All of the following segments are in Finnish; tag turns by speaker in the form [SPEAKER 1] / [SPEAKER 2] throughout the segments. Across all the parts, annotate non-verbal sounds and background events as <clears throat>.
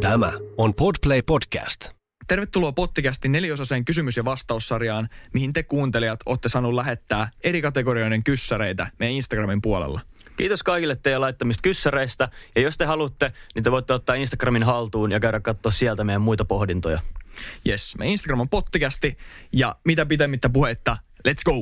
[SPEAKER 1] Tämä on Podplay Podcast.
[SPEAKER 2] Tervetuloa Pottikästin neliosaseen kysymys- ja vastaussarjaan, mihin te kuuntelijat olette saanut lähettää eri kategorioiden kyssäreitä meidän Instagramin puolella.
[SPEAKER 3] Kiitos kaikille teidän laittamista kyssäreistä. Ja jos te haluatte, niin te voitte ottaa Instagramin haltuun ja käydä katsoa sieltä meidän muita pohdintoja.
[SPEAKER 2] Yes, meidän Instagram on Pottikästi ja mitä pitemmittä puhetta, let's go!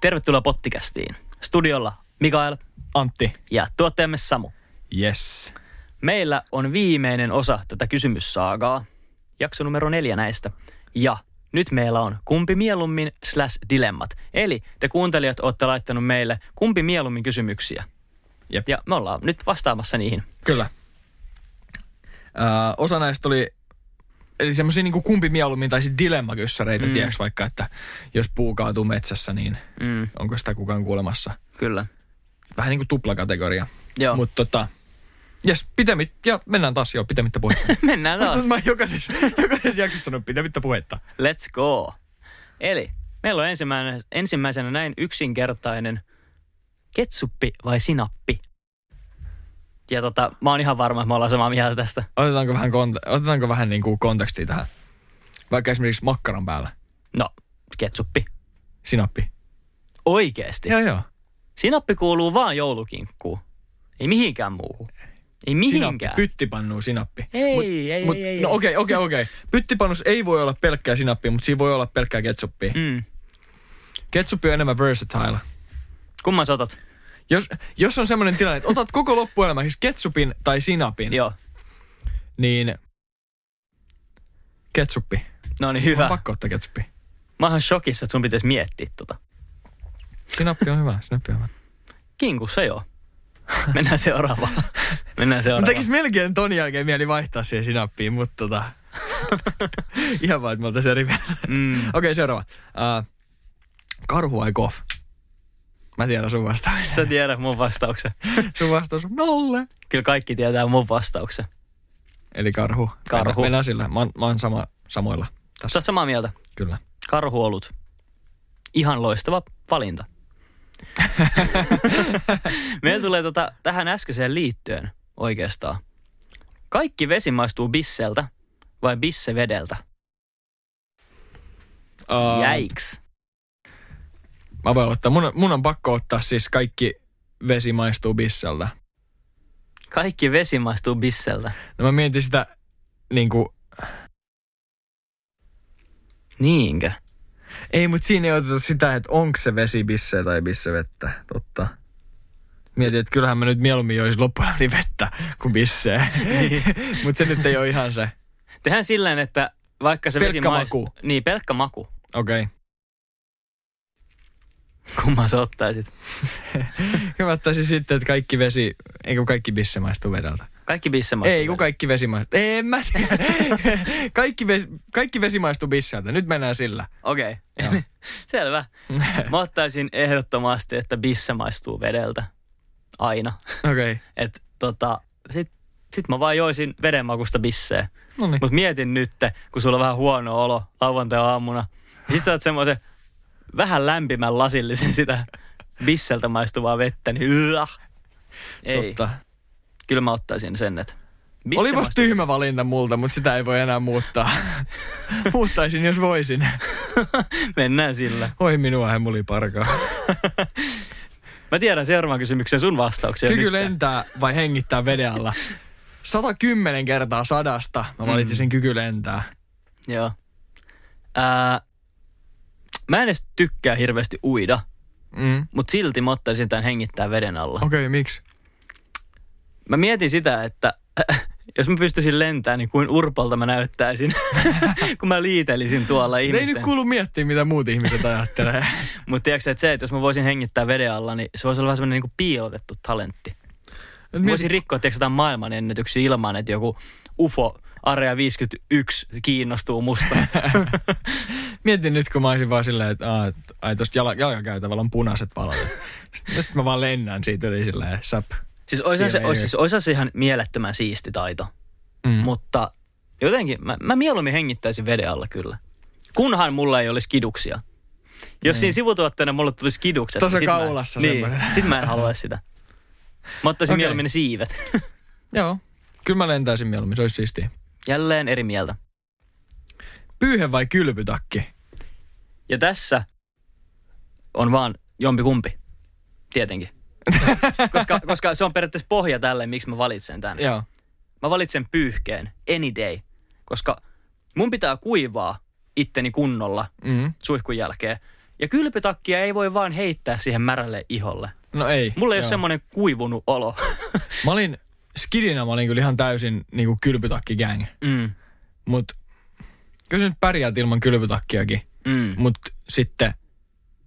[SPEAKER 3] Tervetuloa Pottikästiin. Studiolla Mikael
[SPEAKER 2] Antti.
[SPEAKER 3] ja tuottajamme Samu.
[SPEAKER 2] Yes.
[SPEAKER 3] Meillä on viimeinen osa tätä kysymyssaagaa, jakso numero neljä näistä. Ja nyt meillä on kumpi mieluummin slash dilemmat. Eli te kuuntelijat olette laittanut meille kumpi mieluummin kysymyksiä.
[SPEAKER 2] Jep.
[SPEAKER 3] Ja me ollaan nyt vastaamassa niihin.
[SPEAKER 2] Kyllä. Öö, osa näistä oli, eli semmoisia niinku kumpi mieluummin, tai siis dilemmakyssäreitä, mm. tiedäks vaikka, että jos puu kaatuu metsässä, niin
[SPEAKER 3] Mm,
[SPEAKER 2] onko sitä kukaan kuolemassa?
[SPEAKER 3] kyllä.
[SPEAKER 2] Vähän niinku tuplakategoria.
[SPEAKER 3] Joo.
[SPEAKER 2] Mutta tota, jes, pitemmit, ja mennään taas joo, pitemmittä puhetta.
[SPEAKER 3] <laughs> Mennään <laughs> taas.
[SPEAKER 2] Mä oon jokaisessa, jokaisessa jaksossa sanonut pitemmittä puhetta.
[SPEAKER 3] Let's go. Eli meillä on ensimmäinen, ensimmäisenä näin yksinkertainen ketsuppi vai sinappi. Ja tota, mä oon ihan varma, että me ollaan samaa mieltä tästä.
[SPEAKER 2] Otetaanko vähän, kont- otetaanko vähän niinku kontekstia tähän? Vaikka esimerkiksi makkaran päällä.
[SPEAKER 3] No, ketsuppi.
[SPEAKER 2] Sinappi.
[SPEAKER 3] Oikeesti.
[SPEAKER 2] Joo, joo.
[SPEAKER 3] Sinappi kuuluu vaan joulukinkkuun. Ei mihinkään muuhun. Ei
[SPEAKER 2] Sinappi.
[SPEAKER 3] mihinkään.
[SPEAKER 2] Pyttipannuu sinappi.
[SPEAKER 3] ei, ei, ei,
[SPEAKER 2] Mut,
[SPEAKER 3] ei, ei.
[SPEAKER 2] no okei, okei, okei. Pyttipannus ei voi olla pelkkää sinappia, mutta siinä voi olla pelkkää ketsuppia. Mm.
[SPEAKER 3] Mm.
[SPEAKER 2] Ketsuppi on enemmän versatile.
[SPEAKER 3] Kumman sotat?
[SPEAKER 2] Jos, jos on semmoinen tilanne, että otat koko loppuelämäksi ketsupin tai sinapin,
[SPEAKER 3] Joo.
[SPEAKER 2] niin ketsuppi.
[SPEAKER 3] No niin,
[SPEAKER 2] Hyvä. On
[SPEAKER 3] hyvä.
[SPEAKER 2] pakko ottaa ketsuppi.
[SPEAKER 3] Mä oon shokissa, että sun pitäisi miettiä tota.
[SPEAKER 2] Sinappi on hyvä, sinappi on hyvä.
[SPEAKER 3] Kinkussa
[SPEAKER 2] <laughs>
[SPEAKER 3] joo. Mennään seuraavaan. Mennään
[SPEAKER 2] Mä
[SPEAKER 3] seuraavaan.
[SPEAKER 2] tekis melkein ton jälkeen mieli vaihtaa siihen sinappiin, mutta tota... <laughs> Ihan vaan, että me oltais eri mieltä.
[SPEAKER 3] Mm.
[SPEAKER 2] Okei, okay, seuraava. Uh, karhu vai kof? Mä tiedän sun vastaus.
[SPEAKER 3] Sä tiedät mun vastauksen.
[SPEAKER 2] <laughs> Sun vastaus on nolle.
[SPEAKER 3] Kyllä kaikki tietää mun vastauksen.
[SPEAKER 2] Eli karhu.
[SPEAKER 3] Karhu.
[SPEAKER 2] Mennään, mennään sillä. Mä, oon- mä oon sama, samoilla
[SPEAKER 3] Sä
[SPEAKER 2] tässä.
[SPEAKER 3] oot samaa mieltä.
[SPEAKER 2] Kyllä.
[SPEAKER 3] Karhuolut. Ihan loistava
[SPEAKER 2] <laughs>
[SPEAKER 3] valinta. Meillä tulee tota, tähän äskeiseen liittyen oikeastaan. Kaikki vesi maistuu bisseltä vai bissevedeltä?
[SPEAKER 2] Uh,
[SPEAKER 3] Jäiks.
[SPEAKER 2] Ähm, Mä voin ottaa. Mun, mun on pakko ottaa siis kaikki vesi maistuu bisseltä.
[SPEAKER 3] Kaikki vesi maistuu bisseltä.
[SPEAKER 2] No mä mietin sitä niinku... <laughs>
[SPEAKER 3] Niinkö?
[SPEAKER 2] Ei, mut siinä ei oteta sitä, että onko se vesi bisse tai bissevettä. Totta. Mietin, että kyllähän mä nyt mieluummin jois loppuelämäni vettä kuin bisseä. <laughs> mut se nyt ei ole ihan se.
[SPEAKER 3] Tehän silleen, että vaikka se vesi
[SPEAKER 2] Pelkkä
[SPEAKER 3] maistuu...
[SPEAKER 2] maku.
[SPEAKER 3] Niin, pelkkä maku.
[SPEAKER 2] Okei. Okay.
[SPEAKER 3] Kumman sä ottaisit?
[SPEAKER 2] Hyvä ottaisi sitten, että kaikki vesi, eikö kaikki bisse maistuu vedeltä?
[SPEAKER 3] Kaikki bisse maistuu
[SPEAKER 2] Ei, kun kaikki vesi maistuu. En mä tiedä. <laughs> kaikki, vesi, kaikki vesi maistuu bisseltä. Nyt mennään sillä.
[SPEAKER 3] Okei,
[SPEAKER 2] Joo.
[SPEAKER 3] okay. <laughs> selvä.
[SPEAKER 2] <laughs>
[SPEAKER 3] Mä ottaisin ehdottomasti, että bisse maistuu vedeltä. Aina.
[SPEAKER 2] Okei. Okay.
[SPEAKER 3] Et, tota, sit, sit mä vaan joisin vedenmakusta bisseä.
[SPEAKER 2] No niin.
[SPEAKER 3] Mut mietin nyt, kun sulla on vähän huono olo lauantai-aamuna. ja Sit saat semmoisen vähän lämpimän lasillisen sitä bisseltä maistuvaa vettä, niin yah. Ei, Totta.
[SPEAKER 2] Totta.
[SPEAKER 3] kyllä mä ottaisin sen, että bisse
[SPEAKER 2] Oli vasta
[SPEAKER 3] maistuu-
[SPEAKER 2] tyhmä valinta multa, mutta sitä ei voi enää
[SPEAKER 3] <laughs>
[SPEAKER 2] muuttaa. Muuttaisin, jos voisin.
[SPEAKER 3] Mennään sillä.
[SPEAKER 2] Oi minua, hän muli parkaa.
[SPEAKER 3] Mä tiedän seuraavan kysymyksen sun vastauksia.
[SPEAKER 2] Kyky
[SPEAKER 3] nyt.
[SPEAKER 2] lentää vai hengittää veden alla. 110 kertaa sadasta. Mä valitsin sen kyky lentää.
[SPEAKER 3] Joo. Ää, mä en edes tykkää hirveästi uida,
[SPEAKER 2] Mm.
[SPEAKER 3] mutta silti mä ottaisin tämän hengittää veden alla.
[SPEAKER 2] Okei, okay, miksi?
[SPEAKER 3] Mä mietin sitä, että <laughs> äh, jos mä pystyisin lentämään, niin kuin urpolta mä näyttäisin, <laughs> kun mä liitelisin tuolla
[SPEAKER 2] Ne Ei
[SPEAKER 3] ihmisten.
[SPEAKER 2] nyt kuulu miettiä, mitä muut ihmiset ajattelee.
[SPEAKER 3] Mutta tiedätkö, että se, että jos mä voisin hengittää veden alla, niin se voisi olla vähän semmoinen niin piilotettu talentti.
[SPEAKER 2] Nyt
[SPEAKER 3] Mä
[SPEAKER 2] mieti-
[SPEAKER 3] voisin rikkoa tiedätkö, jotain maailman ennätyksiä
[SPEAKER 2] <laughs>
[SPEAKER 3] ilman, että joku UFO Area 51 kiinnostuu musta.
[SPEAKER 2] Mietin nyt, kun mä olisin vaan silleen, että aah, et- ai tosta jala, jalkakäytävällä on punaiset valot. Sitten mä vaan lennän siitä yli silleen, ja sap.
[SPEAKER 3] Siis oishan se,
[SPEAKER 2] Siellä ei
[SPEAKER 3] ois, siis oishan se ihan mielettömän siisti taito.
[SPEAKER 2] Mm.
[SPEAKER 3] Mutta jotenkin, mä, mä mieluummin hengittäisin veden alla kyllä. Kunhan mulla ei olisi kiduksia. Jos siinä sivutuotteena mulle tulisi kidukset.
[SPEAKER 2] Tuossa
[SPEAKER 3] sit mä en-
[SPEAKER 2] Niin. kaulassa
[SPEAKER 3] niin,
[SPEAKER 2] semmoinen.
[SPEAKER 3] sit mä en halua sitä. Mä ottaisin
[SPEAKER 2] Okei.
[SPEAKER 3] okay. mieluummin ne siivet.
[SPEAKER 2] Joo. Kyllä mä lentäisin mieluummin, se olisi siistiä.
[SPEAKER 3] Jälleen eri mieltä.
[SPEAKER 2] Pyyhe vai kylpytakki?
[SPEAKER 3] Ja tässä on vaan jompi kumpi,
[SPEAKER 2] <laughs>
[SPEAKER 3] tietenkin. koska, koska se on periaatteessa pohja tälle, miksi mä valitsen tämän.
[SPEAKER 2] Joo.
[SPEAKER 3] Mä valitsen pyyhkeen any day, koska mun pitää kuivaa itteni kunnolla
[SPEAKER 2] Mm.
[SPEAKER 3] suihkun jälkeen. Ja kylpytakkia ei voi vaan heittää siihen märälle iholle.
[SPEAKER 2] No ei.
[SPEAKER 3] Mulla ei
[SPEAKER 2] Joo.
[SPEAKER 3] ole semmoinen kuivunut olo.
[SPEAKER 2] <laughs> Mä olin, skidinä mä olin kyllä ihan täysin niinku kylpytakki gang.
[SPEAKER 3] mm,
[SPEAKER 2] Mut kyllä sä nyt pärjäät ilman kylpytakkiakin.
[SPEAKER 3] mm,
[SPEAKER 2] Mut sitten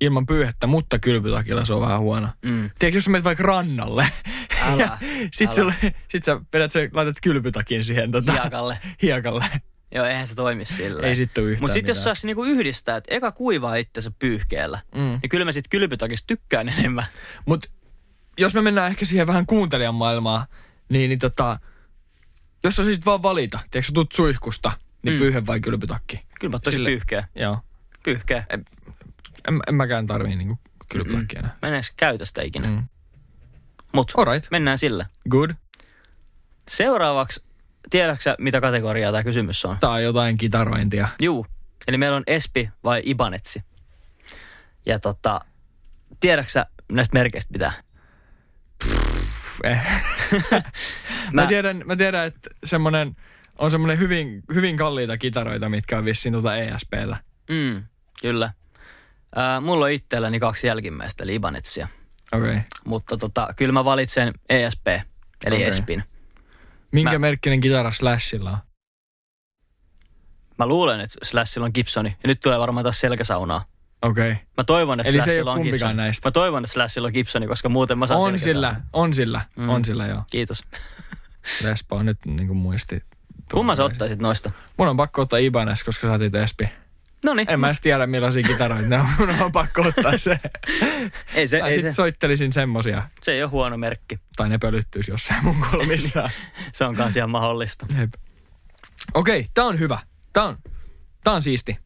[SPEAKER 2] ilman pyyhettä, mutta kylpytakilla se on vähän huono.
[SPEAKER 3] mm.
[SPEAKER 2] Tiedätkö, jos sä menet vaikka rannalle, <laughs>
[SPEAKER 3] <laughs> Älä.
[SPEAKER 2] sit, sulle, sit sä, vedät, sä laitat kylpytakin siihen tota,
[SPEAKER 3] Hiekalle.
[SPEAKER 2] hiekalle.
[SPEAKER 3] Joo, eihän se toimi silleen.
[SPEAKER 2] Ei sit tuu yhtään
[SPEAKER 3] Mutta sitten jos
[SPEAKER 2] mitään.
[SPEAKER 3] saisi niinku yhdistää, että eka kuivaa itsensä pyyhkeellä,
[SPEAKER 2] Mm.
[SPEAKER 3] mm. niin kyllä mä sitten kylpytakista tykkään <laughs> enemmän.
[SPEAKER 2] Mut jos me mennään ehkä siihen vähän kuuntelijan maailmaan, niin, niin tota, jos sä olisit vaan valita, tiedätkö, sä tuut suihkusta, niin mm.
[SPEAKER 3] Mm.
[SPEAKER 2] pyyhe vai kylpytakki?
[SPEAKER 3] Kyllä mä ottaisin
[SPEAKER 2] Sille-
[SPEAKER 3] pyyhkeä.
[SPEAKER 2] Joo.
[SPEAKER 3] Pyyhkeä.
[SPEAKER 2] En, en mäkään tarvii niinku kylpytakkia enää.
[SPEAKER 3] Mä en edes käytä sitä ikinä.
[SPEAKER 2] Mm.
[SPEAKER 3] Mm. Mut
[SPEAKER 2] Alright,
[SPEAKER 3] mennään sillä.
[SPEAKER 2] good.
[SPEAKER 3] Seuraavaksi, tiedätkö sä, mitä kategoriaa tämä kysymys on?
[SPEAKER 2] Tää on jotain kitarointia.
[SPEAKER 3] Juu. Eli meillä on Espi vai Ibanetsi. Ja tota, tiedätkö sä näistä merkeistä pitää?
[SPEAKER 2] Pff, eh.
[SPEAKER 3] <laughs>
[SPEAKER 2] mä,
[SPEAKER 3] Mä-
[SPEAKER 2] tiedän, mä tiedän, että semmonen, on semmonen hyvin, hyvin kalliita kitaroita, mitkä on vissiin tuota ESPllä.
[SPEAKER 3] Mm, kyllä. Ää, mulla on itselläni kaksi jälkimmäistä, eli Ibanetsia.
[SPEAKER 2] Okei. Okay.
[SPEAKER 3] Mutta tota, kyllä mä valitsen ESP, eli
[SPEAKER 2] Okei.
[SPEAKER 3] okay. Espin.
[SPEAKER 2] Minkä mä...
[SPEAKER 3] Mä-
[SPEAKER 2] merkkinen kitara Slashilla on?
[SPEAKER 3] Mä luulen, että Slashilla on Gibsoni. Ja nyt tulee varmaan taas selkäsaunaa.
[SPEAKER 2] Okei. Okay.
[SPEAKER 3] Mä toivon, että
[SPEAKER 2] Eli se ei
[SPEAKER 3] Slashilla
[SPEAKER 2] ole
[SPEAKER 3] on
[SPEAKER 2] kumpikaan
[SPEAKER 3] Gibsoni.
[SPEAKER 2] näistä.
[SPEAKER 3] Mä toivon, että Slashilla on Gibsoni, koska muuten mä saan
[SPEAKER 2] On
[SPEAKER 3] selkäsaunaa.
[SPEAKER 2] sillä, on sillä, mm.
[SPEAKER 3] Mm.
[SPEAKER 2] on sillä joo.
[SPEAKER 3] Kiitos.
[SPEAKER 2] Respa on nyt niinku muisti.
[SPEAKER 3] Kumman sä ottaisit noista?
[SPEAKER 2] Mun on pakko ottaa Ibanez, koska sä otit Espi.
[SPEAKER 3] No niin.
[SPEAKER 2] En mä edes tiedä millaisia kitaroita ne on. Mun on pakko ottaa se.
[SPEAKER 3] Ei se,
[SPEAKER 2] Tai
[SPEAKER 3] ei se.
[SPEAKER 2] sit soittelisin semmosia.
[SPEAKER 3] se ei ole huono merkki.
[SPEAKER 2] Tai ne pölyttyisi jossain mun kolmissaan.
[SPEAKER 3] Se on kans ihan mahdollista.
[SPEAKER 2] Jep. Okei, tää on hyvä. Tää on, tää on siisti.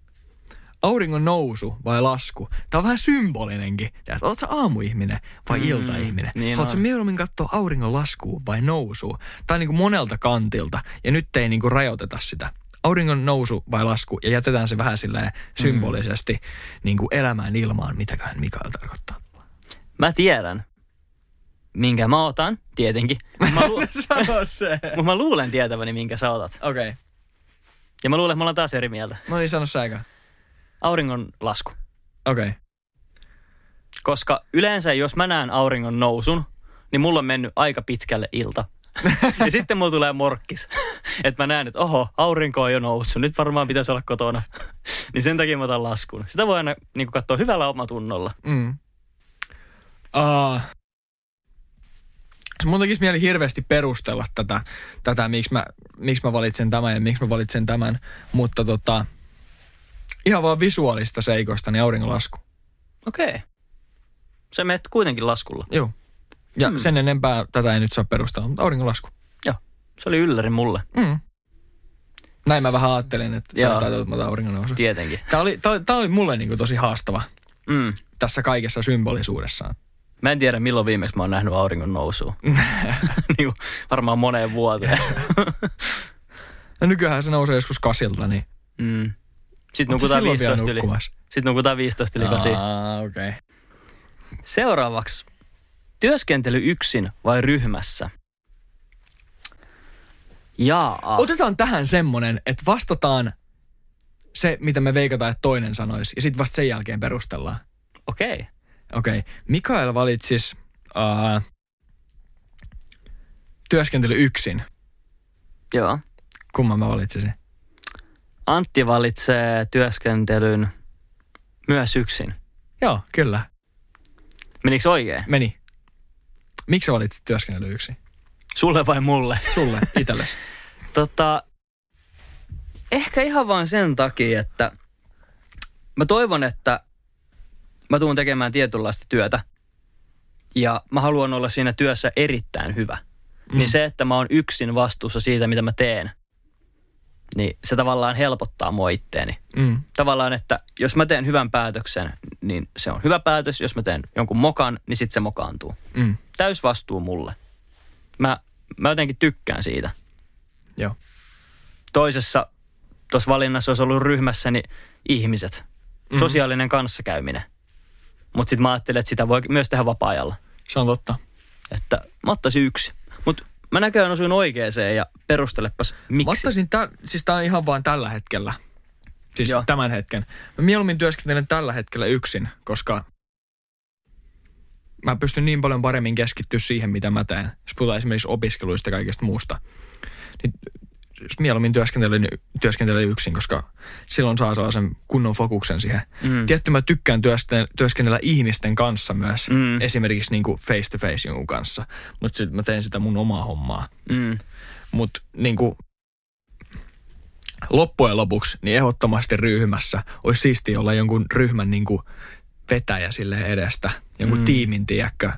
[SPEAKER 2] Auringon nousu vai lasku? Tää on vähän symbolinenkin. Tää, että Oot sä aamuihminen vai mm, iltaihminen?
[SPEAKER 3] niin
[SPEAKER 2] Haluatko
[SPEAKER 3] on.
[SPEAKER 2] mieluummin katsoa auringon laskua vai nousua? Tää on niinku monelta kantilta ja nyt ei niinku rajoiteta sitä. Auringon nousu vai lasku ja jätetään se vähän silleen symbolisesti niinku elämään ilmaan, mitäköhän Mikael tarkoittaa.
[SPEAKER 3] Mä tiedän, minkä mä otan, tietenkin. Mä,
[SPEAKER 2] <laughs>
[SPEAKER 3] lu-
[SPEAKER 2] <laughs> Sano se.
[SPEAKER 3] mut mä luulen tietäväni, minkä sä otat.
[SPEAKER 2] Okei. Okay.
[SPEAKER 3] Ja mä luulen, että me ollaan taas eri mieltä.
[SPEAKER 2] No niin, sano sä aika.
[SPEAKER 3] Auringon lasku.
[SPEAKER 2] Okei. Okay.
[SPEAKER 3] Koska yleensä, jos mä näen auringon nousun, niin mulla on mennyt aika pitkälle ilta. ja sitten mulla tulee morkkis. <laughs> että mä näen, että oho, aurinko on jo noussut. Nyt varmaan pitäisi olla kotona. <laughs> niin sen takia mä otan laskun. Sitä voi aina niin katsoa hyvällä omatunnolla.
[SPEAKER 2] Mm. Uh, mun tekisi mieli hirveästi perustella tätä, tätä miksi, mä, miksi mä valitsen tämän ja miksi mä valitsen tämän, mutta tota, ihan vaan visuaalista seikoista, niin auringonlasku.
[SPEAKER 3] Okei. Okay. Sä menet kuitenkin laskulla.
[SPEAKER 2] Joo. Ja
[SPEAKER 3] Hmm.
[SPEAKER 2] hmm. sen enempää tätä ei nyt saa perustella, mutta auringonlasku.
[SPEAKER 3] Se oli ylläri mulle.
[SPEAKER 2] Mm. Näin mä vähän ajattelin, että sä
[SPEAKER 3] Joo.
[SPEAKER 2] sitä ajatellut, että mä otan auringon nousu.
[SPEAKER 3] Tietenkin.
[SPEAKER 2] Tämä oli, tää, oli- tää oli mulle niinku tosi haastava
[SPEAKER 3] Mm.
[SPEAKER 2] tässä kaikessa symbolisuudessaan.
[SPEAKER 3] Mä en tiedä, milloin viimeksi mä oon nähnyt
[SPEAKER 2] <laughs>
[SPEAKER 3] auringon nousua. <laughs> niin kuin varmaan moneen vuoteen.
[SPEAKER 2] No nykyään se nousee joskus kasilta, niin
[SPEAKER 3] Mm. Sitten
[SPEAKER 2] Oot sä
[SPEAKER 3] nukutaan
[SPEAKER 2] silloin vielä
[SPEAKER 3] 15 yli.
[SPEAKER 2] nukkumassa?
[SPEAKER 3] Sitten nukutaan 15 yli kasi.
[SPEAKER 2] Aa, okei. Okay.
[SPEAKER 3] Seuraavaksi. Työskentely yksin vai ryhmässä? Jaa.
[SPEAKER 2] Otetaan tähän semmonen, että vastataan se, mitä me veikataan, että toinen sanoisi, ja sitten vasta sen jälkeen perustellaan.
[SPEAKER 3] Okei. Okay.
[SPEAKER 2] Okei. Okay. Mikael valitsis uh, työskentely yksin.
[SPEAKER 3] Joo.
[SPEAKER 2] Kumman mä valitsisin?
[SPEAKER 3] Antti valitsee työskentelyn myös yksin.
[SPEAKER 2] Joo, kyllä.
[SPEAKER 3] Menikö oikein?
[SPEAKER 2] Meni. Miksi sä valitsit työskentely yksin?
[SPEAKER 3] Sulle vai mulle?
[SPEAKER 2] Sulle, <laughs> itsellesi.
[SPEAKER 3] Tota, ehkä ihan vaan sen takia, että mä toivon, että mä tuun tekemään tietynlaista työtä ja mä haluan olla siinä työssä erittäin hyvä. Mm. Niin se, että mä oon yksin vastuussa siitä, mitä mä teen, niin se tavallaan helpottaa mua itteeni.
[SPEAKER 2] Mm.
[SPEAKER 3] Tavallaan, että jos mä teen hyvän päätöksen, niin se on hyvä päätös. Jos mä teen jonkun mokan, niin sit se mokaantuu.
[SPEAKER 2] Mm.
[SPEAKER 3] Täys vastuu mulle. Mä, mä jotenkin tykkään siitä
[SPEAKER 2] Joo.
[SPEAKER 3] toisessa tuossa valinnassa olisi ollut ryhmässäni ihmiset.
[SPEAKER 2] Mhm.
[SPEAKER 3] Mm. Sosiaalinen kanssakäyminen. Mutta sitten mä ajattelin, että sitä voi myös tehdä vapaa-ajalla.
[SPEAKER 2] Se on totta.
[SPEAKER 3] Että mä ottaisin yksi. Mutta mä näköjään osuin oikeeseen ja perustelepas
[SPEAKER 2] Mä
[SPEAKER 3] miksi.
[SPEAKER 2] ottaisin, tä- siis tää on ihan vaan tällä hetkellä. Siis
[SPEAKER 3] Joo.
[SPEAKER 2] Joo. tämän hetken. Mä mieluummin työskentelen tällä hetkellä yksin, koska mä pystyn niin paljon paremmin keskittyä siihen, mitä mä teen. Jos puhutaan esimerkiksi opiskeluista ja kaikesta muusta. Niin jos mieluummin työskentelen, työskentelen yksin, koska silloin saa sellaisen kunnon fokuksen siihen.
[SPEAKER 3] Mm.
[SPEAKER 2] Mm. Tietty mä tykkään työskennellä, työskennellä ihmisten kanssa myös.
[SPEAKER 3] Mm.
[SPEAKER 2] Mm. Esimerkiksi niin kuin face to face jonkun kanssa. Mutta sitten mä teen sitä mun omaa hommaa.
[SPEAKER 3] Mm.
[SPEAKER 2] Mutta niin kuin loppujen lopuksi, niin ehdottomasti ryhmässä olisi siistiä olla jonkun ryhmän niin kuin vetäjä sille edestä. Jonkun
[SPEAKER 3] Mm.
[SPEAKER 2] mm. tiimin, tiedätkö,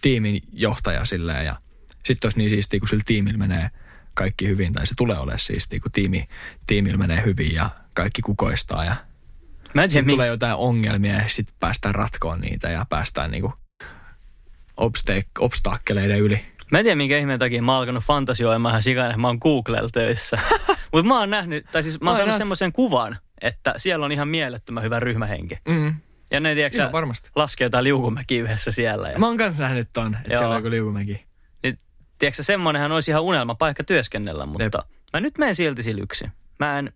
[SPEAKER 2] tiimin johtaja silleen. Ja sitten olisi niin siistiä, kun sillä tiimillä menee kaikki hyvin, tai se tulee olemaan siistiä, kun tiimi, tiimillä menee hyvin ja kaikki kukoistaa ja
[SPEAKER 3] Mä en tiedä,
[SPEAKER 2] sitten
[SPEAKER 3] min...
[SPEAKER 2] tulee jotain ongelmia ja sitten päästään ratkoon niitä ja päästään niinku obste- obstaakkeleiden yli.
[SPEAKER 3] mä en tiedä minkä ihmeen takia mä oon alkanut fantasioimaan ihan sikana, että mä oon Googlella
[SPEAKER 2] <laughs>
[SPEAKER 3] töissä. Mutta mä oon nähnyt, tai siis mä oon
[SPEAKER 2] Ai,
[SPEAKER 3] saanut
[SPEAKER 2] näet.
[SPEAKER 3] semmoisen kuvan, että siellä on ihan mielettömän hyvä ryhmähenki.
[SPEAKER 2] Mm,
[SPEAKER 3] Ja ne, tiedätkö,
[SPEAKER 2] ihan varmasti.
[SPEAKER 3] laskee jotain liukumäki yhdessä siellä. Ja...
[SPEAKER 2] Mä oon kanssa nähnyt ton, että
[SPEAKER 3] Joo.
[SPEAKER 2] siellä on joku liukumäki.
[SPEAKER 3] Niin, tiedätkö, semmoinenhan olisi ihan unelmapaikka työskennellä, mutta Jep.
[SPEAKER 2] Jep.
[SPEAKER 3] mä nyt menen silti sillä yksin. Mä en,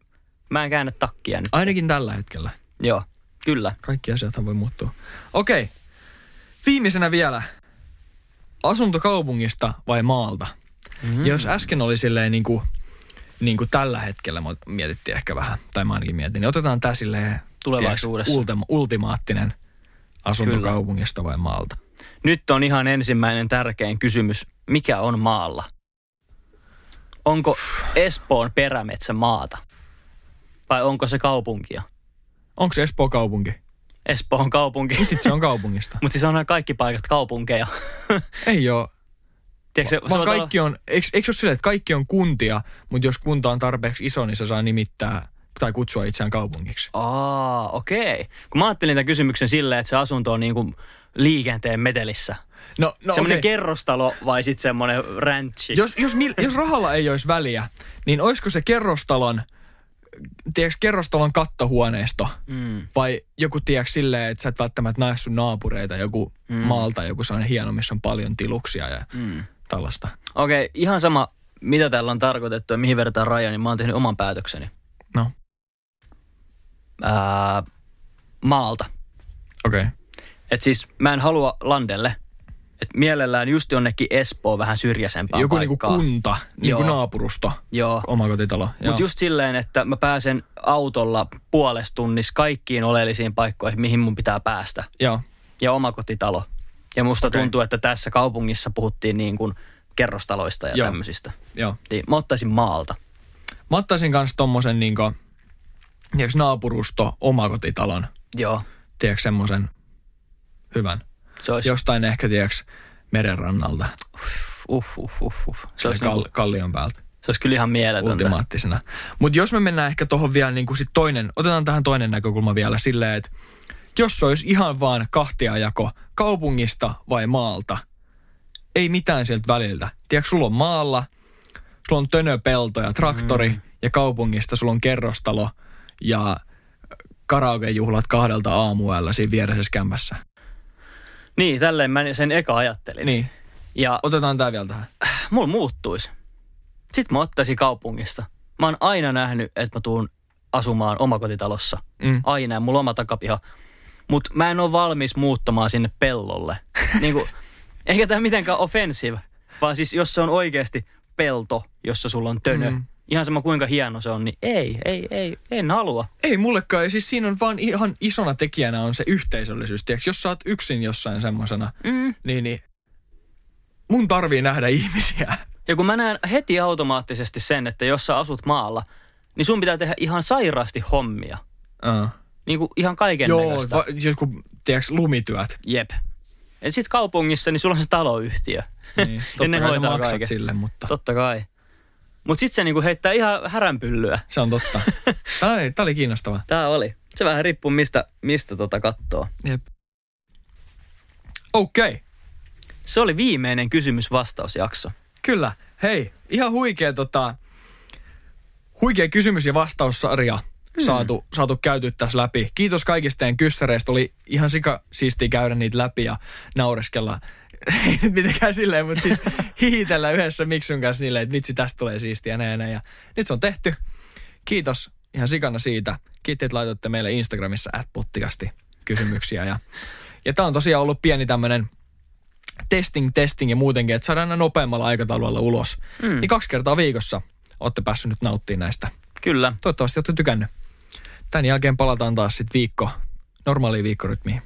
[SPEAKER 3] mä en käännä takkia nyt.
[SPEAKER 2] Ainakin tällä hetkellä.
[SPEAKER 3] Joo, kyllä.
[SPEAKER 2] Kaikki asiat voi muuttua. Okei. Viimeisenä vielä. Asunto kaupungista vai maalta? Mm. Jos äsken oli silleen niin kuin, niin kuin tällä hetkellä, mut mietittiin ehkä vähän, tai mä ainakin mietin, niin otetaan tää silleen
[SPEAKER 3] Tulevaisuudessa.
[SPEAKER 2] tiedäks, ultima, ultimaattinen asunto
[SPEAKER 3] Kyllä.
[SPEAKER 2] kaupungista vai maalta.
[SPEAKER 3] Nyt on ihan ensimmäinen tärkein kysymys. Mikä on maalla? Onko Espoon perämetsä maata? Vai onko se kaupunkia?
[SPEAKER 2] Onko se Espoo kaupunki?
[SPEAKER 3] Espoo on kaupunki. <laughs>
[SPEAKER 2] Sitten se on kaupungista.
[SPEAKER 3] Mutta siis onhan kaikki paikat kaupunkeja.
[SPEAKER 2] Ei ole.
[SPEAKER 3] Tiedätkö, se, tota- se
[SPEAKER 2] Vaan
[SPEAKER 3] voi olla-
[SPEAKER 2] kaikki on, eikö, eikö ole silleen, että kaikki on kuntia, mutta jos kunta on tarpeeksi iso, niin se saa nimittää tai kutsua itseään kaupungiksi.
[SPEAKER 3] Aa, okei. Kun mä ajattelin tämän kysymyksen silleen, että se asunto on niinku liikenteen metelissä.
[SPEAKER 2] No, no
[SPEAKER 3] No, semmoinen
[SPEAKER 2] okei.
[SPEAKER 3] okay. kerrostalo vai sitten semmoinen ranchi?
[SPEAKER 2] Jos, jos, mil, jos rahalla ei olisi väliä, niin olisiko se kerrostalon, tiedätkö, kerrostalon kattohuoneisto
[SPEAKER 3] Mm.
[SPEAKER 2] vai joku, tiedätkö, silleen, että sä et välttämättä näe sun naapureita, joku mm. maalta, joku sellainen hieno, missä on paljon tiluksia ja
[SPEAKER 3] Mm.
[SPEAKER 2] tällaista.
[SPEAKER 3] Okei, okay, ihan sama, mitä tällä on tarkoitettu ja mihin verrataan raja, niin mä oon tehnyt oman päätökseni.
[SPEAKER 2] No,
[SPEAKER 3] Ää, maalta.
[SPEAKER 2] okei. Okay.
[SPEAKER 3] Et siis mä en halua landelle. Et mielellään just jonnekin Espoo vähän syrjäisempää
[SPEAKER 2] Joku niinku
[SPEAKER 3] paikkaa.
[SPEAKER 2] kunta, niinku
[SPEAKER 3] Joo.
[SPEAKER 2] naapurusto,
[SPEAKER 3] Joo.
[SPEAKER 2] omakotitalo. joo.
[SPEAKER 3] Mutta just silleen, että mä pääsen autolla puolesta tunnissa kaikkiin oleellisiin paikkoihin, mihin mun pitää päästä.
[SPEAKER 2] Joo.
[SPEAKER 3] Ja omakotitalo. Ja musta okay.
[SPEAKER 2] Okei.
[SPEAKER 3] tuntuu, että tässä kaupungissa puhuttiin niin kuin kerrostaloista ja
[SPEAKER 2] Joo.
[SPEAKER 3] tämmöisistä.
[SPEAKER 2] Joo.
[SPEAKER 3] Niin mä ottaisin maalta.
[SPEAKER 2] Mä ottaisin kanssa tommosen niinku, tiedätkö, naapurusto, omakotitalon,
[SPEAKER 3] Joo.
[SPEAKER 2] tiedätkö, semmosen hyvän.
[SPEAKER 3] Se olisi,
[SPEAKER 2] Jostain ehkä, tiedätkö, merenrannalta,
[SPEAKER 3] uh, uh, uh, uh. Se olisi,
[SPEAKER 2] kal-
[SPEAKER 3] niinku,
[SPEAKER 2] kallion päältä,
[SPEAKER 3] se olisi kyllä ihan mieletöntä.
[SPEAKER 2] ultimaattisena. Mutta jos me mennään ehkä tohon vielä niinku sit toinen, otetaan tähän toinen näkökulma vielä silleen, että jos se olisi ihan vaan kahtiajako kaupungista vai maalta, ei mitään sieltä väliltä. Tiedätkö, sulla on maalla, sulla on tönöpelto ja traktori mm. ja kaupungista sulla on kerrostalo ja karaokejuhlat kahdelta aamuella siinä vieressä kämpässä.
[SPEAKER 3] Niin, tälleen mä sen eka ajattelin.
[SPEAKER 2] Niin,
[SPEAKER 3] Ja
[SPEAKER 2] otetaan tämä vielä tähän.
[SPEAKER 3] mulla muuttuisi. Sitten mä ottaisin kaupungista. Mä oon aina nähnyt, että mä tuun asumaan omakotitalossa.
[SPEAKER 2] Mm.
[SPEAKER 3] Aina, ja mulla on oma takapiha. Mutta mä en ole valmis muuttamaan sinne <laughs> pellolle. niin kuin, eikä tämä mitenkään offensive, vaan siis jos se on oikeasti pelto, jossa sulla on tönö, mm.
[SPEAKER 2] Mm.
[SPEAKER 3] ihan sama kuinka hieno se on, niin ei, ei, ei, en halua.
[SPEAKER 2] Ei mullekaan, ja siis siinä on vaan ihan isona tekijänä on se yhteisöllisyys. Tiedätkö, jos sä oot yksin jossain semmosena,
[SPEAKER 3] Mm.
[SPEAKER 2] niin, niin mun tarvii nähdä
[SPEAKER 3] <laughs>
[SPEAKER 2] ihmisiä.
[SPEAKER 3] Ja kun mä näen heti automaattisesti sen, että jos sä asut maalla, niin sun pitää tehdä ihan sairaasti hommia.
[SPEAKER 2] Uh.
[SPEAKER 3] Niin kuin ihan kaiken
[SPEAKER 2] Joo,
[SPEAKER 3] näköistä.
[SPEAKER 2] va, joku, tiedätkö,
[SPEAKER 3] <laughs>
[SPEAKER 2] lumityöt.
[SPEAKER 3] Jep. Ja sitten kaupungissa, niin sulla on se taloyhtiö.
[SPEAKER 2] Niin,
[SPEAKER 3] Ja
[SPEAKER 2] totta
[SPEAKER 3] ne
[SPEAKER 2] kai sä
[SPEAKER 3] hoitaa
[SPEAKER 2] maksat
[SPEAKER 3] kaiken.
[SPEAKER 2] sille, mutta
[SPEAKER 3] Totta kai. Mutta sitten se niinku heittää ihan häränpyllyä.
[SPEAKER 2] se on
[SPEAKER 3] <laughs>
[SPEAKER 2] totta. Tämä oli, tää oli kiinnostavaa.
[SPEAKER 3] Tää oli. Se vähän riippuu mistä, mistä tota kattoo.
[SPEAKER 2] Jep. Okei, okay,
[SPEAKER 3] Se oli viimeinen kysymysvastausjakso.
[SPEAKER 2] kyllä. Hei, ihan huikea, tota, huikea kysymys- ja vastaussarja saatu, saatu käyty tässä läpi. Kiitos kaikista teidän kyssäreistä. Oli ihan sika siistiä käydä niitä läpi ja naureskella. <laughs> Ei nyt mitenkään silleen, mutta siis hiitellä yhdessä Miksun kanssa niille, että vitsi tästä tulee siistiä ja näin ja näin. Ja nyt se on tehty. Kiitos ihan sikana siitä. Kiitti, että laitoitte meille Instagramissa atpottikasti kysymyksiä. Ja, ja tämä on tosiaan ollut pieni tämmöinen testing, testing ja muutenkin, että saadaan aina nopeammalla aikataululla ulos. Mm. Niin kaksi kertaa viikossa olette päässyt nyt nauttimaan näistä.
[SPEAKER 3] Kyllä.
[SPEAKER 2] Toivottavasti olette tykännyt. Tämän jälkeen palataan taas sitten viikko, normaaliin viikkorytmiin.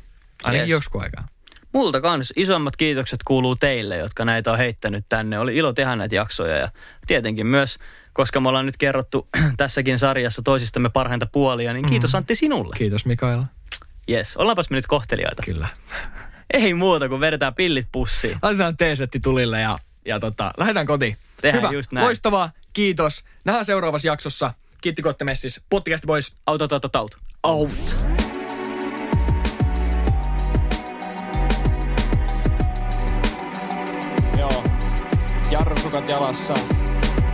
[SPEAKER 2] Ainakin yes.
[SPEAKER 3] Yes.
[SPEAKER 2] joskus aikaa.
[SPEAKER 3] Multa kans isommat kiitokset kuuluu teille, jotka näitä on heittänyt tänne. Oli ilo tehdä näitä jaksoja ja tietenkin myös, koska me ollaan nyt kerrottu <clears throat> tässäkin sarjassa toisistamme parhainta puolia, niin kiitos Antti sinulle.
[SPEAKER 2] Kiitos Mikaela.
[SPEAKER 3] Yes, ollaanpas me nyt kohteliaita.
[SPEAKER 2] Kyllä.
[SPEAKER 3] Ei muuta kuin vedetään pillit pussiin.
[SPEAKER 2] Laitetaan teesetti tulille ja, ja tota, lähdetään kotiin.
[SPEAKER 3] Tehdään
[SPEAKER 2] Hyvä.
[SPEAKER 3] just näin.
[SPEAKER 2] Loistavaa. Kiitos. Nähdään seuraavassa jaksossa. Kiitti kotte messis. Podcast boys.
[SPEAKER 3] Out, out, out, out.
[SPEAKER 2] Out. Joo. Jarrusukat jalassa.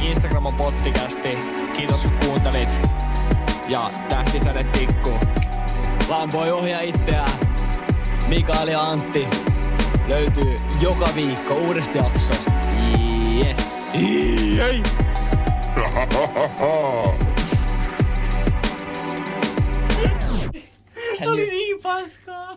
[SPEAKER 2] Instagram on pottikästi. Kiitos kun kuuntelit. Ja tähtisäde tikku.
[SPEAKER 3] Vaan voi ohjaa itseään. Mikael ja Antti löytyy joka viikko uudesta jaksosta. Yes.
[SPEAKER 2] Jei!
[SPEAKER 3] Oli niin paskaa.